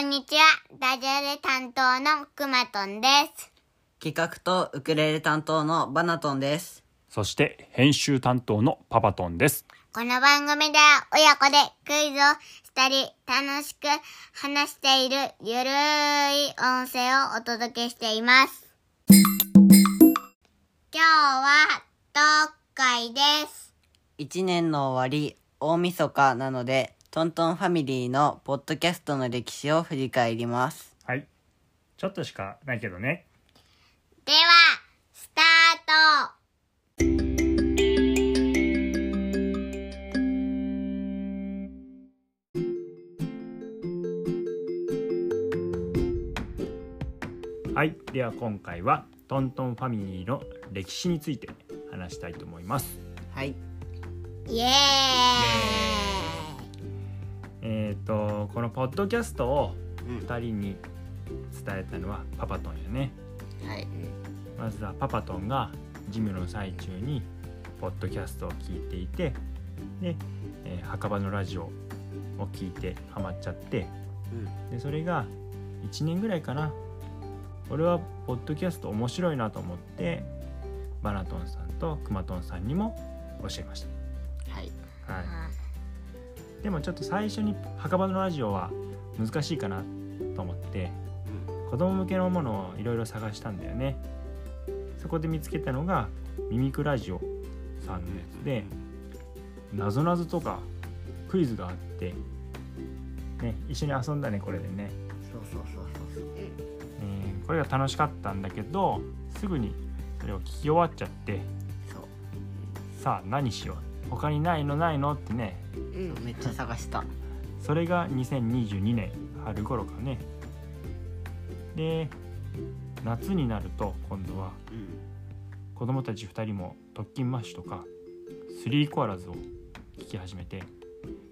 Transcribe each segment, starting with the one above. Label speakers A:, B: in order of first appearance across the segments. A: んにちは。ダジャレ担当のくまとんです。
B: 企画とウクレレ担当のバナトンです。
C: そして編集担当のパパトンです。
A: この番組では親子でクイズをしたり、楽しく話しているゆるい音声をお届けしています。今日は特会です。
B: 1年の終わり、大晦日なので、トントンファミリーのポッドキャストの歴史を振り返ります。
C: はい。ちょっとしかないけどね。
A: では、スタート
C: はい。では今回はトントンファミリーの歴史について話したいと思います。
B: はい。
A: イエーイ
C: えっ、とこのポッドキャストを
B: うん
C: 2人に伝えたのはパパトンやね。
B: はい。
C: まずはパパトンがジムの最中にポッドキャストを聞いていてで、えー墓場のラジオを聞いてハマっちゃって、でそれが1年ぐらいかな俺はポッドキャスト面白いなと思ってバナトンさんとクマトンさんにも教えまし
B: はい。
C: た、はい、でもちょっと最初に墓場のラジオは難しいかなと思って子供向けのものをいろいろ探したんだよねそこで見つけたのがミミクラジオさんのやつでなぞなぞとかクイズがあって、ね、一緒に遊んだねこれでね、
B: そうそうそうそう。
C: えーこれが楽しかったんだけどすぐにそれを聞き終わっちゃって
B: そう。
C: さあ何しよう他にないのないのってね
B: めっちゃ探した。
C: それが2022年春頃かねで夏になると今度は子供たち2人も特勤マッシュとかスリーコアラズを聞き始めて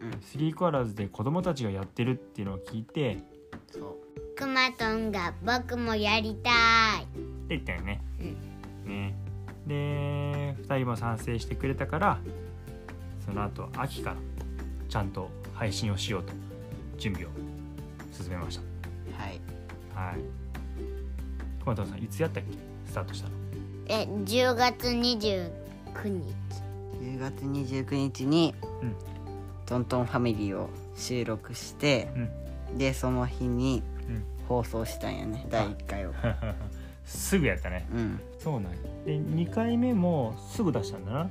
B: うん
C: スリーコアラズで子供たちがやってるっていうのを聞いて
B: そう。
A: くまとんが僕もやりたい。
C: で言ったよね。ねで2人も賛成してくれたからその後秋からちゃんと配信をしようと準備を進めました。
B: はい。
C: はい。熊田さんいつやったっけ？スタート したの。
A: え、10月29日。
B: 10月29日に、
C: うん
B: トントンファミリーを収録して、で、その日に
C: うん
B: 放送したんやね、第1回を。
C: すぐやったね。
B: うん。
C: そうなんやで2回目もすぐ出したんだな。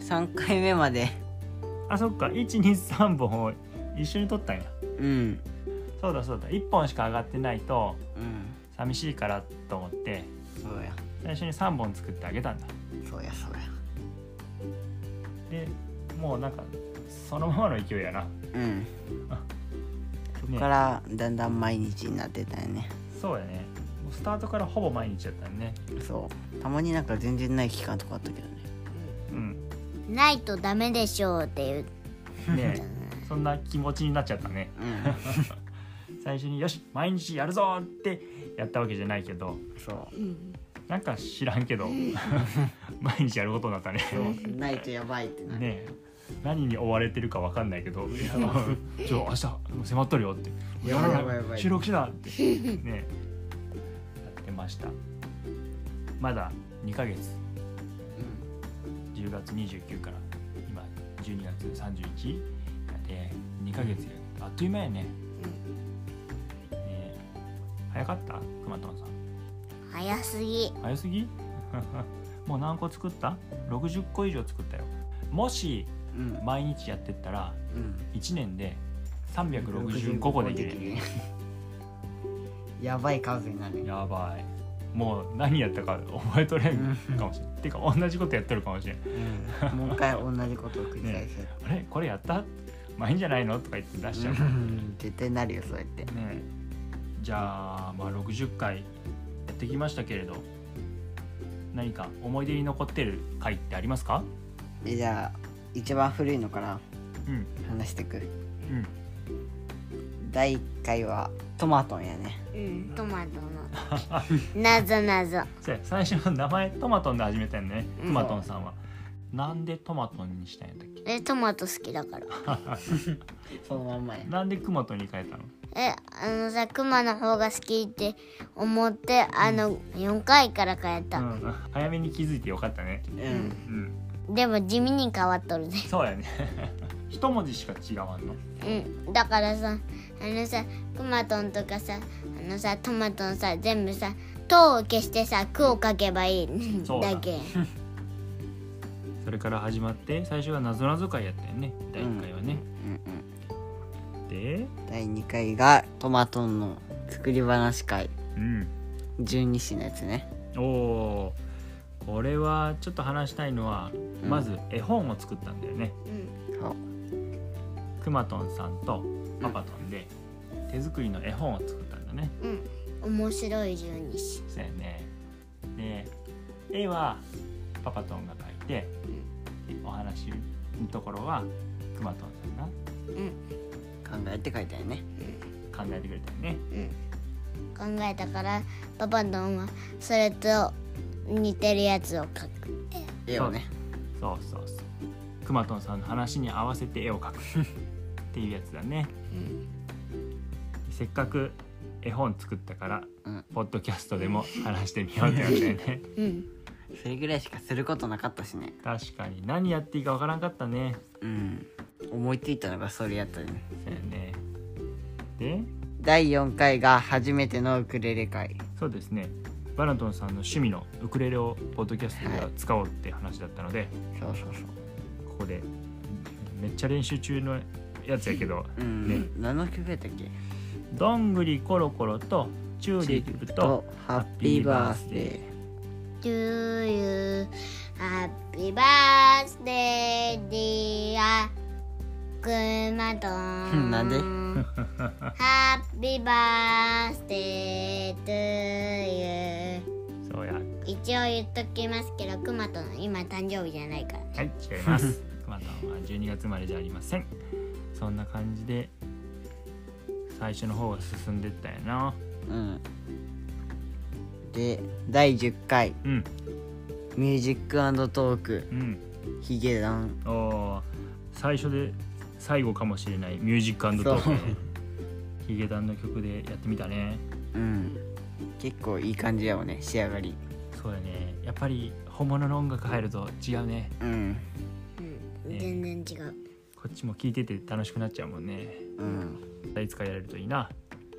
B: 3回目まで、
C: あそっか123本を一緒に撮ったんや。
B: うん。
C: そうだそうだ1本しか上がってないと
B: うん。
C: 寂しいからと思って
B: そうや。
C: 最初に3本作ってあげたんだ。
B: そうや、そうや。
C: でもうなんかそのままの勢いやな。
B: うん。
C: そ
B: そっからだんだん毎日になってたよね
C: そうやね。もうスタートからほぼ毎日やったんね。
B: そうたまになんか全然ない期間とかあったけどね
C: うん。
A: ないとダメでしょうっていう。
C: ね そんな気持ちになっちゃったね。
B: う
C: 最初によし毎日やるぞってやったわけじゃないけど
B: んそ
C: なんか知らんけど毎日やることになったね
B: うそうないとやばいってなる、
C: ねえ何に追われてるかわかんないけど「いやちょ明日もう迫っとるよ」って「
B: やばいやばいやばい
C: 収録しな」ってねえやってましたまだ2ヶ月
B: う
C: 10月29から今12月31で2ヶ月やあっという間やね,、ね早かったくまとんさん
A: 早すぎ。
C: 早すぎ もう何個作った60個以上作ったよもし
B: んうん
C: 毎日やってったら
B: うん
C: 1年で365個できる
B: やばい数になる
C: やばいもう何やったか覚えとれんかもしれんてか同じことやってるかもしれん
B: うんもう一回同じことを繰り返して、
C: あれこれやった前んじゃないのとか言って出しちゃう
B: う
C: ね
B: ん絶対なるよそうやって
C: えじゃあまあ60回やってきましたけれど何か思い出に残ってる回ってありますか
B: でじゃあ一番古いのから
C: うん
B: 話してく
C: うん
B: 第1回はトマトンやね
A: うん、トマトの。なぞなぞ。
C: そうや最初の名前トマトンで始めたよね
B: うん
C: トマトンさんは、なんでトマトにしたんやったっ
A: え、トマト好きだから。
B: そのまんまや
C: けなんでクマトに変えたの
A: え、あのさ、クマの方が好きって思って、あの、4回から変え
C: う
A: た。
C: ん、早めに気づいてよかったね
B: うん
C: うん
A: でも地味に変わっとるね。
C: そうやね 一文字しか違わんの
A: うん。だからさ、あのさ、クマトンとかさ、あのさ、トマトンさ、全部さ、とを消してさ、くを書けばいい。
C: そうだ
A: だけ。
C: それから始まって最初はなぞなぞ会やったよね第1回はね、
B: うん
C: で
B: うん第2回がトマトンの作り話会
C: うん
B: 12子のやつね
C: おおーこれはちょっと話したいのは、
B: ん
C: まず絵本を作ったんだよね
A: うん。
B: そう
C: くまとんさんとパパとんで手作りの絵本を作ったんだね
A: うん。面白い十二子。
C: そうやねで絵はパパとんが描いて、でお話のところはくまとんさん
A: うん。
B: 考えて書いたよね
C: が考えてくれたよね
A: うん。考えたから、パパのはそれと似てるやつを書く。
B: 絵をね
C: そうそうそうくまとんさんの話に合わせて絵を描くっていうやつだね
A: うん。
C: せっかく絵本作ったから、
B: うん
C: ポッドキャストでも話してみようってなったよ ね
A: うん。
B: それぐらいしかすることなかったしね
C: 確かに何やっていいかわからんかったね
B: うん思いついたのがそれやったね
C: そうやねで
B: 第4回が初めてのウクレレ会
C: そうですねバラトンさんの趣味のウクレレをポッドキャストでは使おうって話だったので、
B: そうそうそう
C: ここでめっちゃ練習中のやつやけ ど
B: うん、
C: ね
B: 何の曲やったっけ
C: 「どんぐりころころ」と「チューリップ」と
B: ハッピーバースデ
A: To you, happy birthday, dear くまとん。
B: なんで
A: ?Happy birthday to
C: そうやは
A: you. 一応言っときますけど、くまとん、今誕生日じゃないから。
C: い違います くまとんは12月生まれじゃありませんそんな感じで最初の方が進んでったよな
B: ーうんで第10回
C: うん
B: ミュージックトーク
C: うん
B: ヒゲダン
C: おー最初で最後かもしれないミュージックトークね
B: そう
C: ヒゲダンの曲でやってみたね
B: うん結構いい感じやもね仕上がり
C: そうだねやっぱり本物の音楽入ると違うね
B: うん
A: うん、
C: ね
A: 全然違う。
C: こっちも聴いてて楽しくなっちゃうもんね
B: うん
C: いつかやれるといいな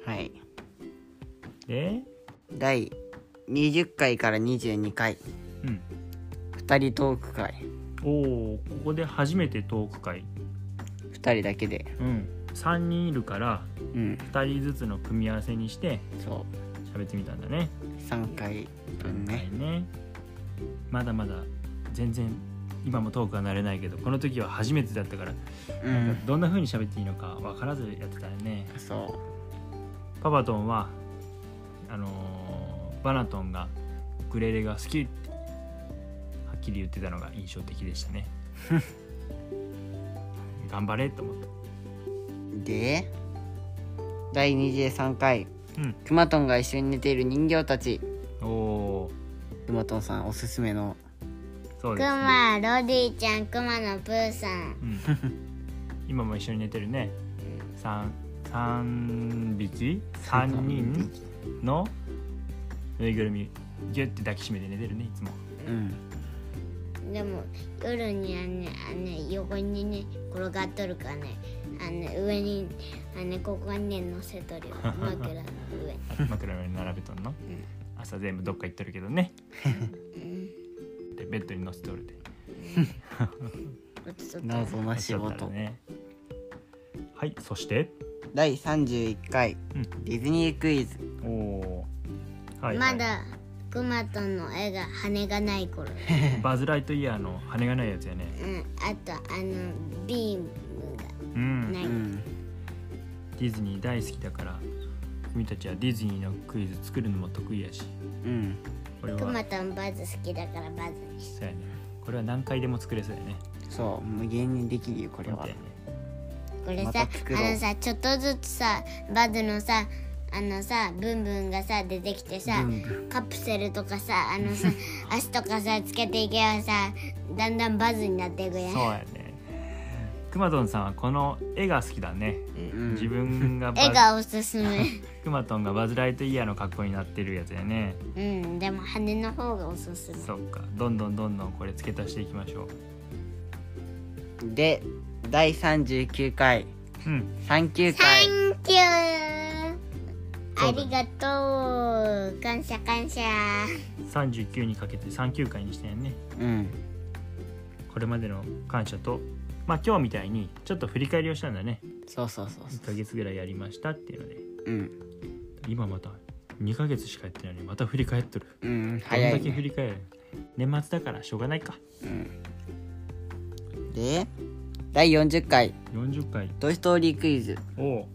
B: はい
C: で
B: 第20回から22回
C: うん
B: 2人トーク会
C: おおここで初めてトーク会
B: 2人だけで
C: うん3人いるから
B: うん
C: 2人ずつの組み合わせにして
B: そ
C: 喋ってみたんだね
B: う3回分ね
C: ねまだまだ全然今もトークは慣れないけどこの時は初めてだったから
B: う
C: なん
B: ん
C: かどんな風に喋っていいのか分からずやってたよね
B: そ
C: パパトンはあのーバナトンがウクレレが好きってはっきり言ってたのが印象的でし たね頑張れと思っ
B: うで第23回
C: たうん
B: くまとんが一緒に寝ている人形たち
C: おお
B: くまとんさんおすすめの
C: ーそう
A: く
C: ですね、
A: ま、ロディちゃん、くまのプーさん。
C: うん、今も一緒に寝てるね三三匹三人のぬいぐるみギュッて抱きしめて寝てるねいつも
B: うん
A: でも夜にはねあのね横にね転がっとるからねあのね上にあのねここにね乗せとるよ枕の上
C: 枕の上に並べと んの、
A: ん
C: 朝全部どっか行っとるけどね
A: うん
C: でベッドに乗せとるで
A: おつとった
B: 謎な仕
C: 乗
B: 事
C: せとったらねはいそして
B: 第31回
C: うん
B: ディズニークイズ
C: おおーはい、はい、
A: まだクマとの絵が羽がない頃
C: バズ・ライトイヤーの羽がないやつやね
A: うんあとあのビーム
C: う
A: が
C: ん
A: な
B: う
A: い、
B: ん
C: ディズニー大好きだから君たちはディズニーのクイズ作るのも得意やし
B: うん
C: これは
A: クマとバズ好きだからバズにし
C: そうやねこれは何回でも作れそうやね
B: そう無限にできるよこれ
C: 本
B: は
C: 当やね
A: これさ、
B: また作ろう
A: あのさちょっとずつさバズのさあのさブンブンがさ出てきてさ、
B: ブンブ
A: カプセルとかさあのさ足とかさつけていけばさだんだんバズになっていくやん
C: そうやねくまとんさんはこの絵が好きだね、
B: ん
C: 自 分がバ
A: 絵
C: ズ
A: がおすすめ
C: くまとんがバズ・ライトイヤーの格好になってるやつやね
A: うんでも羽の方がおすすめ
C: そうかどんどんどんどんこれ付け足していきましょ
B: で第39回
C: ううん
B: 3級
A: サ
B: 回
A: ンキュー
C: そ
A: あ
C: うだ
A: りがとう感謝感謝
C: 39にかけて39回にしたよね
B: うん
C: これまでの感謝とまあ今日みたいにちょっと振り返りをしたんだね
B: そうそうそうそ
C: 1ヶ月ぐらいやりましたっていうので
B: ううん
C: 今また2ヶ月しかやってないのにまた振り返っとる
B: うん
C: どん
B: 早
C: だ
B: い、
C: け振
B: ね、
C: り返る年末だからしょうがないか
B: で第40回
C: 40回
B: 「トイ・ストーリークイズ
C: おお」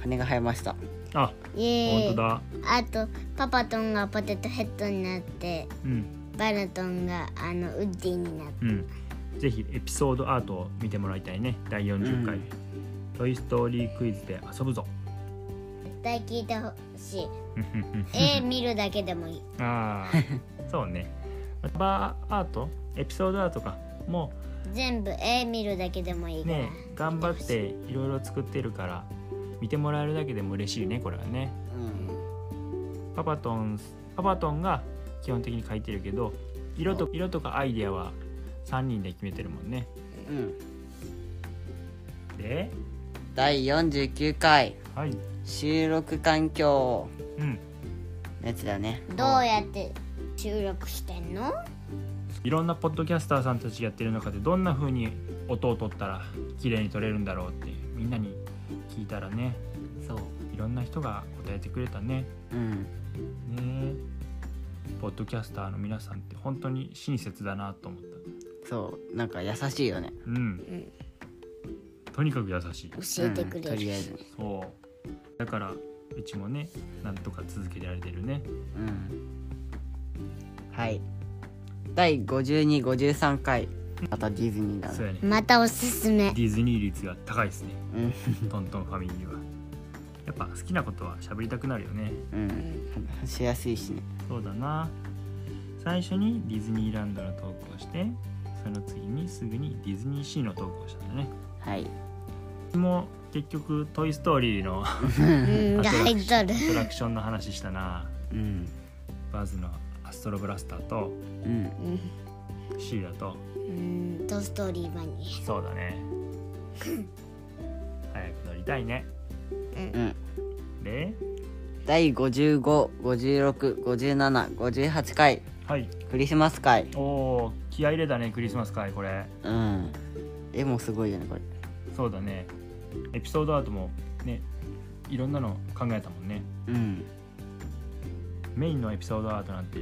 B: 羽が生えました
C: あ
A: イエ
C: 本当
A: ーイ
C: だ
A: あとパパトンがポテトヘッドになって
C: うん
A: バラトンがあのウッディになって
C: うんぜひエピソードアートを見てもらいたいね第40回、
B: うん
C: トイ・ストーリークイズで遊ぶぞ」
A: 絶対聞いてほし い
C: うんうんうん
A: 絵見るだけでもいい
C: ああそうねバーアートエピソードアートかも
A: 全部絵見るだけでもいいうから、
C: ね頑張っていろいろ作ってるから見てもらえるだけでも嬉しいねこれはね
B: うん
C: パパトンパパトンが基本的に描いてるけど色と色とかアイデアは3人で決めてるもんね
B: うん
C: で
B: 第49回
C: はい
B: 収録環境
C: うん
B: のやつだね
A: どうやって収録してんの
C: いろんなポッドキャスターさんたちやってる中でどんな風に音を取ったら綺麗に取れるんだろうってみんなに聞いたらね
B: そう
C: いろんな人が答えてくれたね
B: うん
C: ねえポッドキャスターの皆さんって本当に親切だなと思った
B: そうなんか優しいよね
C: うん、とにかく優しい
A: 教えてくれる、
B: うんとりあえずね
C: そうだからうちもねなんとか続けられてるね
B: うんはい第5253回またディズニーだ
C: そう
B: ね
C: やね
A: またおすすめ
C: ディズニー率が高いですね
B: うん
C: トントンファミリーはやっぱ好きなことは喋りたくなるよね
B: うん話しやすいしね
C: そうだな最初にディズニーランドの投稿してその次にすぐにディズニーシーの投稿したんだね
B: はい
C: もう結局「トイ・ストーリー」
A: う
C: の
A: んが入っとる
C: アトラクションの話したな
B: うん
C: バズのアストロブラスターと
B: うん
C: シーラと
A: うんトーストーリーバニ
C: そうだね早く乗りたいね
B: うん
C: で
B: 第55565758回
C: はい
B: クリスマス会
C: おお気合い入れたねクリスマス会これ
B: うん絵もすごいよねこれ
C: そうだねエピソードアートもねいろんなの考えたもんね
B: うん
C: メインのエピソードアートなんて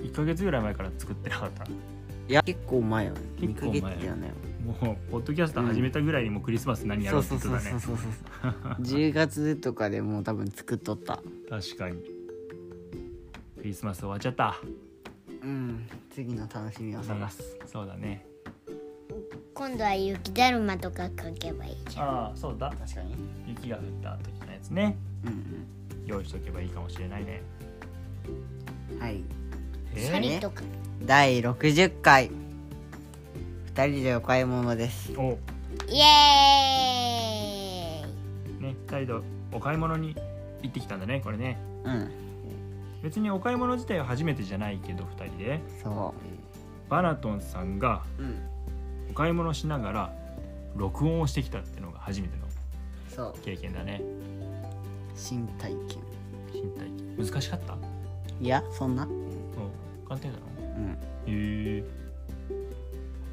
C: 1ヶ月ぐらい前から作ってなかった
B: いや結構前よね
C: 結構前
B: 2ヶ月じゃない
C: もうポッドキャスト始めたぐらいにもうクリスマス何や
B: そ
C: ろう
B: う
C: って
B: そ
C: 言
B: う
C: って
B: そう
C: た
B: そう
C: ね
B: そうそう 10月とかでもう多分作っとった
C: 確かにクリスマス終わっちゃった
B: うん次の楽しみを探す、
C: ねそうだね
A: ー今度は雪だるまとか描けばいいじゃん
C: ああそうだ
B: 確かに
C: 雪が降った時のやつね
B: うん
C: 用意しとけばいいかもしれないね
B: うんはい
A: シ
B: ー
A: ャリとか
B: 第60回2人でお買い物です
C: お
A: イエーイ
C: ね2人でお買い物に行ってきたんだねこれね
B: うん
C: 別にお買い物自体は初めてじゃないけど2人で
B: そ
C: バナトンさんが
B: ううん
C: お買い物しながら録音をしてきたってのが初めての
B: そう
C: 経験だね
B: 新体験
C: 新体験難しかった
B: いやそんな
C: お簡単だろ
B: うん
C: へえ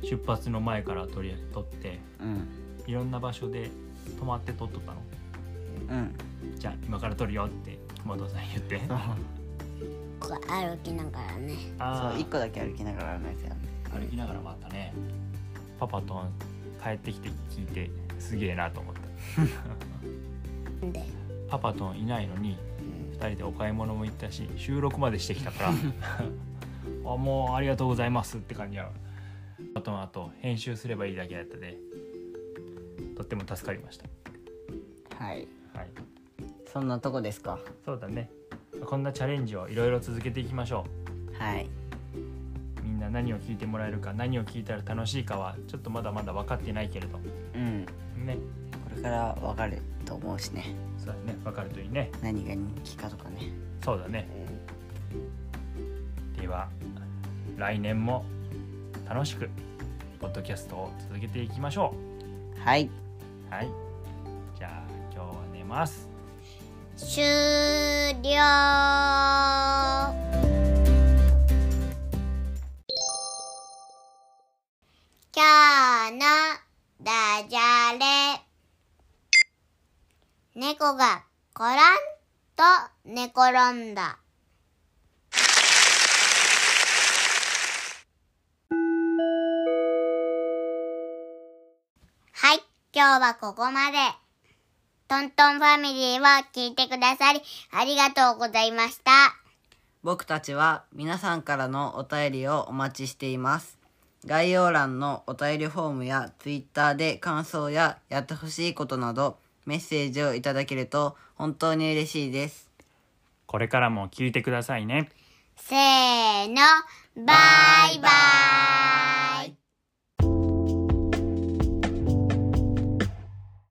C: 出発の前からとりあえず撮って
B: うん
C: いろんな場所で泊まって撮っとったの
B: うん
C: じゃあ今から撮るよって熊田さん言 って
B: そう
A: ここ歩きながらね
C: あ
B: そう
C: ー
B: 1個だけ歩きながらのやつやね
C: 歩きながらもあったねパパと帰ってきて聞いてすげえなと思った
A: んで
C: パパといないのに2人でお買い物も行ったし収録までしてきたからあもうありがとうございますって感じやわパパとのあと編集すればいいだけやったでとっても助かりまし
B: はい
C: たはい
B: そんなとこですか
C: そうだねこんなチャレンジをいろいろ続けていきましょ
B: はいう
C: ー何を聞いてもらえるか何を聞いたら楽しいかはちょっとまだまだ分かってないけれど
B: うん
C: ね
B: これから分かると思うしね
C: そうだね分かるといいね
B: 何が人気かとかね
C: そうだねでは来年も楽しくポッドキャストを続けていきましょ
B: はい。
C: うはいじゃあ今日は寝ます
A: 終了今日のダジャレ猫がコロンと寝転んだはい今日はここまでトントンファミリーを聞いてくださりありがとうございました
B: 僕たちは皆さんからのお便りをお待ちしています。概要欄のお便りフォームや Twitter で感想ややってほしいことなどメッセージをいただけると本当に嬉しいです。
C: これからも聞いてくださいね
A: せーのバイバイ